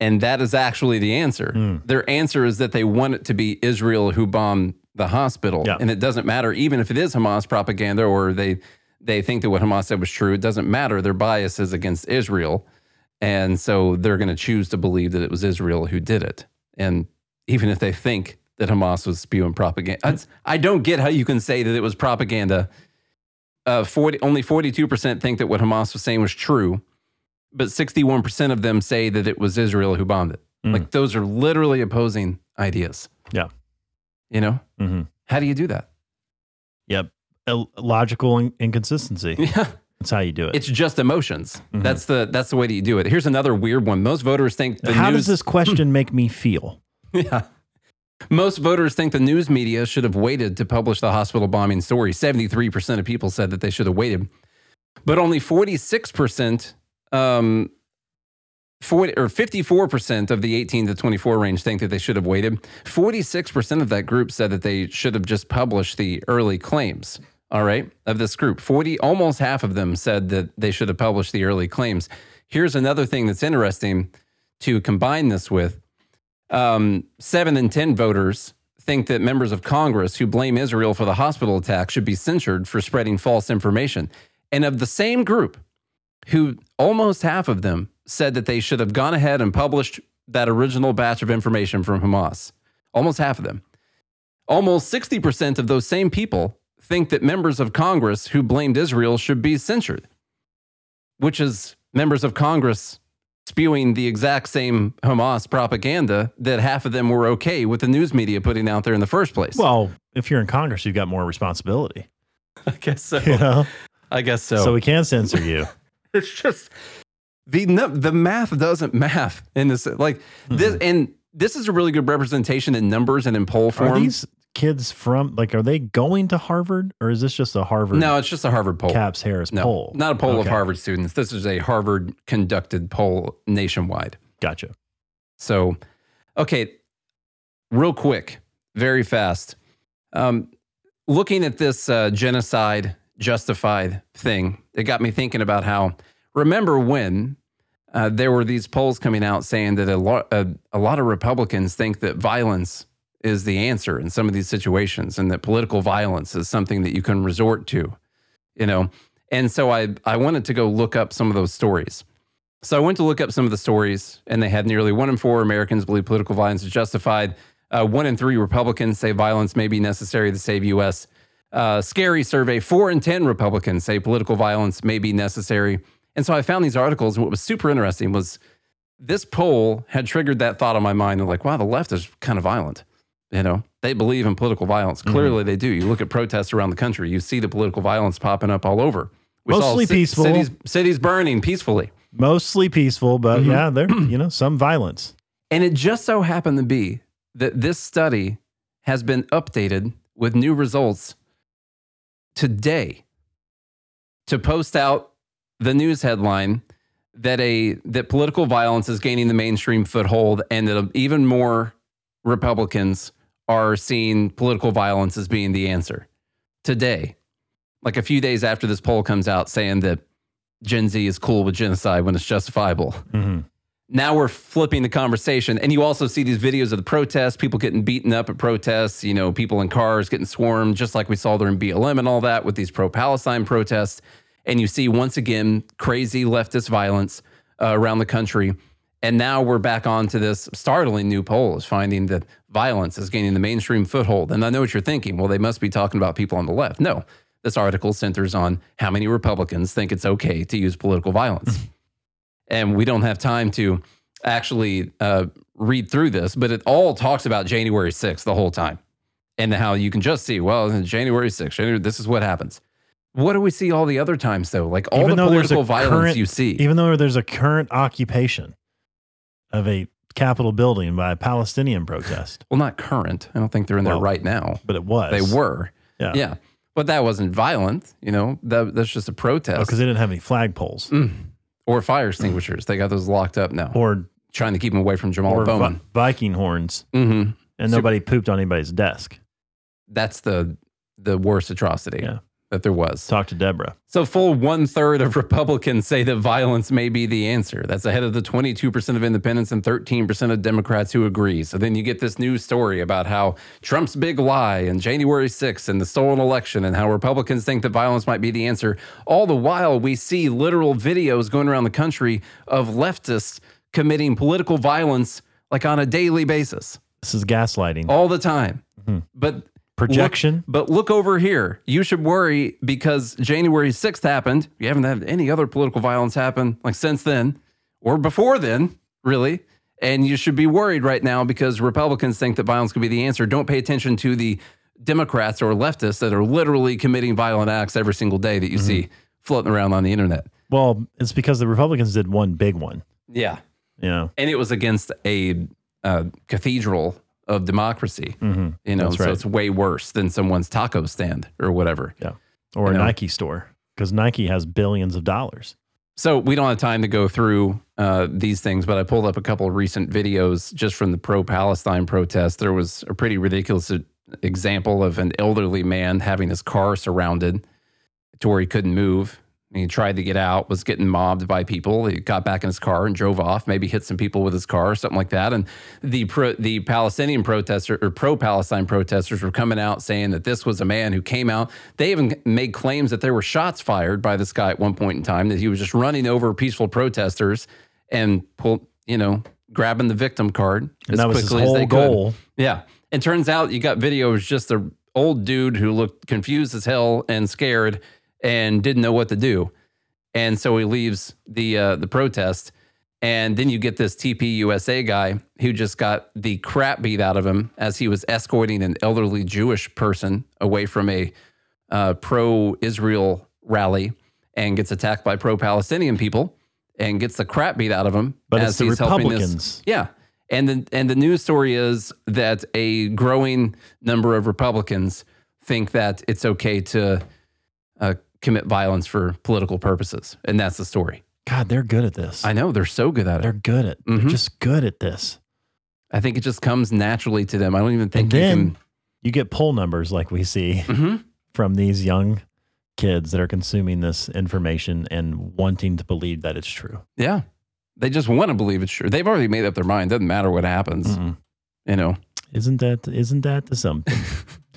Speaker 3: and that is actually the answer.
Speaker 2: Hmm.
Speaker 3: Their answer is that they want it to be Israel who bombed the hospital,
Speaker 2: Yeah.
Speaker 3: and it doesn't matter even if it is Hamas propaganda or they they think that what Hamas said was true. It doesn't matter. Their bias is against Israel, and so they're going to choose to believe that it was Israel who did it, and even if they think. That Hamas was spewing propaganda. That's- I don't get how you can say that it was propaganda uh, 40, only 42% think that what Hamas was saying was true, but 61% of them say that it was Israel who bombed it.
Speaker 2: Mm.
Speaker 3: Like those are literally opposing ideas.
Speaker 2: Yeah.
Speaker 3: You know,
Speaker 2: hmm
Speaker 3: how do you do that?
Speaker 2: Yep. Il- logical in- inconsistency.
Speaker 3: Yeah.
Speaker 2: That's how you do it.
Speaker 3: It's just emotions.
Speaker 2: Mhm.
Speaker 3: That's the that's the way that you do it. Here's another weird one. Most voters think the
Speaker 2: how
Speaker 3: news Hmm.
Speaker 2: does this question make me feel?
Speaker 3: Yeah. Most voters think the news media should have waited to publish the hospital bombing story. 73% of people said that they should have waited. But only 46%, um, 40, or 54% of the 18 to 24 range think that they should have waited. 46% of that group said that they should have just published the early claims. All right, of this group, 40, almost half of them said that they should have published the early claims. Here's another thing that's interesting to combine this with um, seven in 10 voters think that members of Congress who blame Israel for the hospital attack should be censured for spreading false information. And of the same group, who almost half of them said that they should have gone ahead and published that original batch of information from Hamas, almost half of them. Almost 60% of those same people think that members of Congress who blamed Israel should be censured, which is members of Congress spewing the exact same Hamas propaganda that half of them were okay with the news media putting out there in the first place.
Speaker 2: Well, if you're in Congress, you've got more responsibility.
Speaker 3: I guess so.
Speaker 2: You know?
Speaker 3: I guess
Speaker 2: so. we can censor you.
Speaker 3: it's just the no, the math doesn't math in this like
Speaker 2: Hmm.
Speaker 3: this and this is a really good representation in numbers and in poll
Speaker 2: Are
Speaker 3: form.
Speaker 2: these kids from like are they going to Harvard or is this just a Harvard
Speaker 3: no, it's just a Harvard poll.
Speaker 2: Caps Harris
Speaker 3: no,
Speaker 2: poll?
Speaker 3: not a poll of
Speaker 2: Okay.
Speaker 3: Harvard students. This is a Harvard conducted poll nationwide.
Speaker 2: Gotcha.
Speaker 3: So, okay, real quick, very fast. Um, looking at this uh, genocide justified thing, it got me thinking about how remember when uh, there were these polls coming out saying that a lot a, a lot of Republicans think that violence is the answer in some of these situations, and that political violence is something that you can resort to, you know. And so I I wanted to go look up some of those stories. So I went to look up some of the stories, and they had nearly one in four Americans believe political violence is justified. Uh, one in three Republicans say violence may be necessary to save U.S. Uh, scary survey. Four in 10 Republicans say political violence may be necessary. And so I found these articles. And what was super interesting was this poll had triggered that thought on my mind. Of like, wow, the left is kind of violent. You know, they believe in political violence.
Speaker 2: Mm-hmm.
Speaker 3: Clearly, they do. You look at protests around the country, you see the political violence popping up all over. We saw
Speaker 2: Mostly peaceful.
Speaker 3: Cities, cities burning peacefully.
Speaker 2: Mostly peaceful, but
Speaker 3: Mm-hmm.
Speaker 2: yeah, there you know some violence.
Speaker 3: And it just so happened to be that this study has been updated with new results today to post out the news headline that a that political violence is gaining the mainstream foothold and that even more Republicans are seeing political violence as being the answer today like a few days after this poll comes out saying that Gen Z is cool with genocide when it's justifiable
Speaker 2: Mm-hmm.
Speaker 3: now we're flipping the conversation. And you also see these videos of the protests, people getting beaten up at protests, you know, people in cars getting swarmed, just like we saw there in BLM and all that with these pro Palestine protests. And you see once again crazy leftist violence uh, around the country. And now we're back onto this startling new poll is finding that violence is gaining the mainstream foothold. And I know what you're thinking. Well, they must be talking about people on the left. No, this article centers on how many Republicans think it's okay to use political violence
Speaker 2: Mm-hmm.
Speaker 3: and we don't have time to actually uh, read through this, but it all talks about January 6th the whole time and how you can just see, well, it's January 6th, January- this is what happens. What do we see all the other times, though? Like all the political violence
Speaker 2: current, e-
Speaker 3: you see.
Speaker 2: even though there's a current occupation of a Capitol building by a Palestinian protest,
Speaker 3: well, not current. I don't think they're in there
Speaker 2: Well,
Speaker 3: right now.
Speaker 2: but it was
Speaker 3: They were.
Speaker 2: Yeah.
Speaker 3: Yeah. But that wasn't violent, you know, that, that's just a protest.
Speaker 2: because they didn't have any flagpoles
Speaker 3: Mm. Or fire extinguishers. They got those locked up now,
Speaker 2: or
Speaker 3: trying to keep them away from Jamal
Speaker 2: or
Speaker 3: Bowman.
Speaker 2: vi- Viking horns,
Speaker 3: hmm
Speaker 2: and
Speaker 3: Super-
Speaker 2: nobody pooped on anybody's desk.
Speaker 3: that's the the worst atrocity
Speaker 2: Yeah.
Speaker 3: that there was.
Speaker 2: Talk to Deborah.
Speaker 3: So full one third of Republicans say that violence may be the answer. That's ahead of the 22% of independents and 13% of Democrats who agree. So then you get this news story about how Trump's big lie and January 6th and the stolen election and how Republicans think that violence might be the answer. All the while we see literal videos going around the country of leftists committing political violence like on a daily basis,
Speaker 2: This is gaslighting.
Speaker 3: all the time. But
Speaker 2: Projection.
Speaker 3: but look over here. You should worry because January 6th happened. You haven't had any other political violence happen like since then or before then, really. And you should be worried right now because Republicans think that violence could be the answer. Don't pay attention to the Democrats or leftists that are literally committing violent acts every single day that you see floating around on the internet.
Speaker 2: Well, it's because the Republicans did one big one.
Speaker 3: Yeah.
Speaker 2: You know,
Speaker 3: And it was against a uh, cathedral of democracy,
Speaker 2: hmm
Speaker 3: you know,
Speaker 2: That's
Speaker 3: so
Speaker 2: right.
Speaker 3: it's way worse than someone's taco stand or whatever.
Speaker 2: or a
Speaker 3: know.
Speaker 2: Nike store because Nike has billions of dollars.
Speaker 3: So we don't have time to go through uh, these things, but I pulled up a couple of recent videos just from the pro-Palestine protest. There was a pretty ridiculous uh, example of an elderly man having his car surrounded to where he couldn't move. And he tried to get out, was getting mobbed by people. He got back in his car and drove off, maybe hit some people with his car or something like that. And the pro, the Palestinian protester or pro-Palestine protesters were coming out saying that this was a man who came out. They even made claims that there were shots fired by this guy at one point in time, that he was just running over peaceful protesters and pull, you know, grabbing the victim card
Speaker 2: And
Speaker 3: as
Speaker 2: that was his
Speaker 3: quickly as
Speaker 2: whole
Speaker 3: they could.
Speaker 2: goal.
Speaker 3: Yeah. It turns out you got video of just the old dude who looked confused as hell and scared and didn't know what to do. And so he leaves the uh, the protest. And then you get this TPUSA guy who just got the crap beat out of him as he was escorting an elderly Jewish person away from a uh, pro Israel rally and gets attacked by pro Palestinian people and gets the crap beat out of him.
Speaker 2: But
Speaker 3: as
Speaker 2: it's the
Speaker 3: he's helping this-
Speaker 2: Republicans.
Speaker 3: yeah. And the, and the news story is that a growing number of Republicans think that it's okay to uh, commit violence for political purposes. And that's the story.
Speaker 2: God, they're good at this.
Speaker 3: I know they're so good at
Speaker 2: they're
Speaker 3: it.
Speaker 2: good at.
Speaker 3: Mhm.
Speaker 2: They're just good at this.
Speaker 3: I think it just comes naturally to them. I don't even think
Speaker 2: And
Speaker 3: you
Speaker 2: then
Speaker 3: can.
Speaker 2: you get poll numbers like we see
Speaker 3: Mhm.
Speaker 2: from these young kids that are consuming this information and wanting to believe that it's true.
Speaker 3: Yeah. They just want to believe it's true. They've already made up their mind. Doesn't matter what happens,
Speaker 2: Mm-mm.
Speaker 3: you know.
Speaker 2: Isn't that isn't that the something?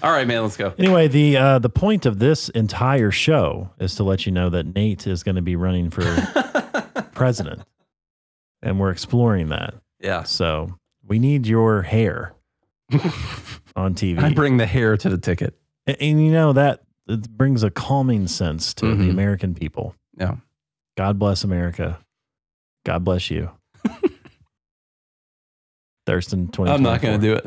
Speaker 3: All right, man, let's go.
Speaker 2: Anyway, the uh, the point of this entire show is to let you know that Nate is going to be running for president, and we're exploring that.
Speaker 3: Yeah.
Speaker 2: So we need your hair on TV,
Speaker 3: I bring the hair to the ticket.
Speaker 2: and, and you know that it brings a calming sense to the
Speaker 3: Mhm.
Speaker 2: American people.
Speaker 3: Yeah.
Speaker 2: God bless America. God bless you, Thurston. Twenty.
Speaker 3: I'm not going to do it.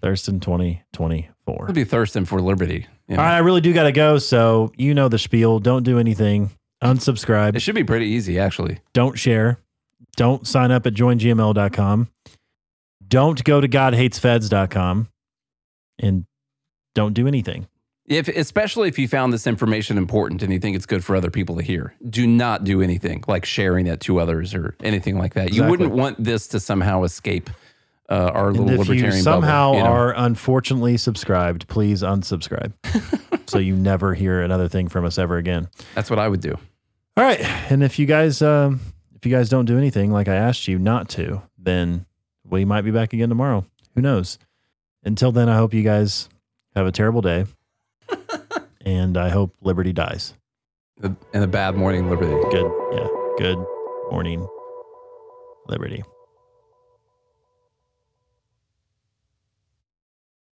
Speaker 2: Thurston. Twenty twenty four.
Speaker 3: I'll be thirsting for liberty. you know.
Speaker 2: All right, I really do got to go. So you know the spiel. Don't do anything. Unsubscribe.
Speaker 3: It should be pretty easy, actually.
Speaker 2: Don't share. Don't sign up at joingml.com. Don't go to godhatesfeds.com. And don't do anything.
Speaker 3: If especially if you found this information important and you think it's good for other people to hear, do not do anything like sharing it to others or anything like that. You
Speaker 2: Exactly.
Speaker 3: wouldn't want this to somehow escape uh, our
Speaker 2: And
Speaker 3: little
Speaker 2: if you
Speaker 3: libertarian
Speaker 2: somehow
Speaker 3: bubble, you know?
Speaker 2: are unfortunately subscribed, please unsubscribe so you never hear another thing from us ever again.
Speaker 3: That's what I would do.
Speaker 2: All right. And if you guys um, if you guys don't do anything like I asked you not to, then we might be back again tomorrow. Who knows? Until then, I hope you guys have a terrible day. and I hope liberty dies.
Speaker 3: The- In a bad morning liberty.
Speaker 2: Good. Yeah. Good morning, liberty.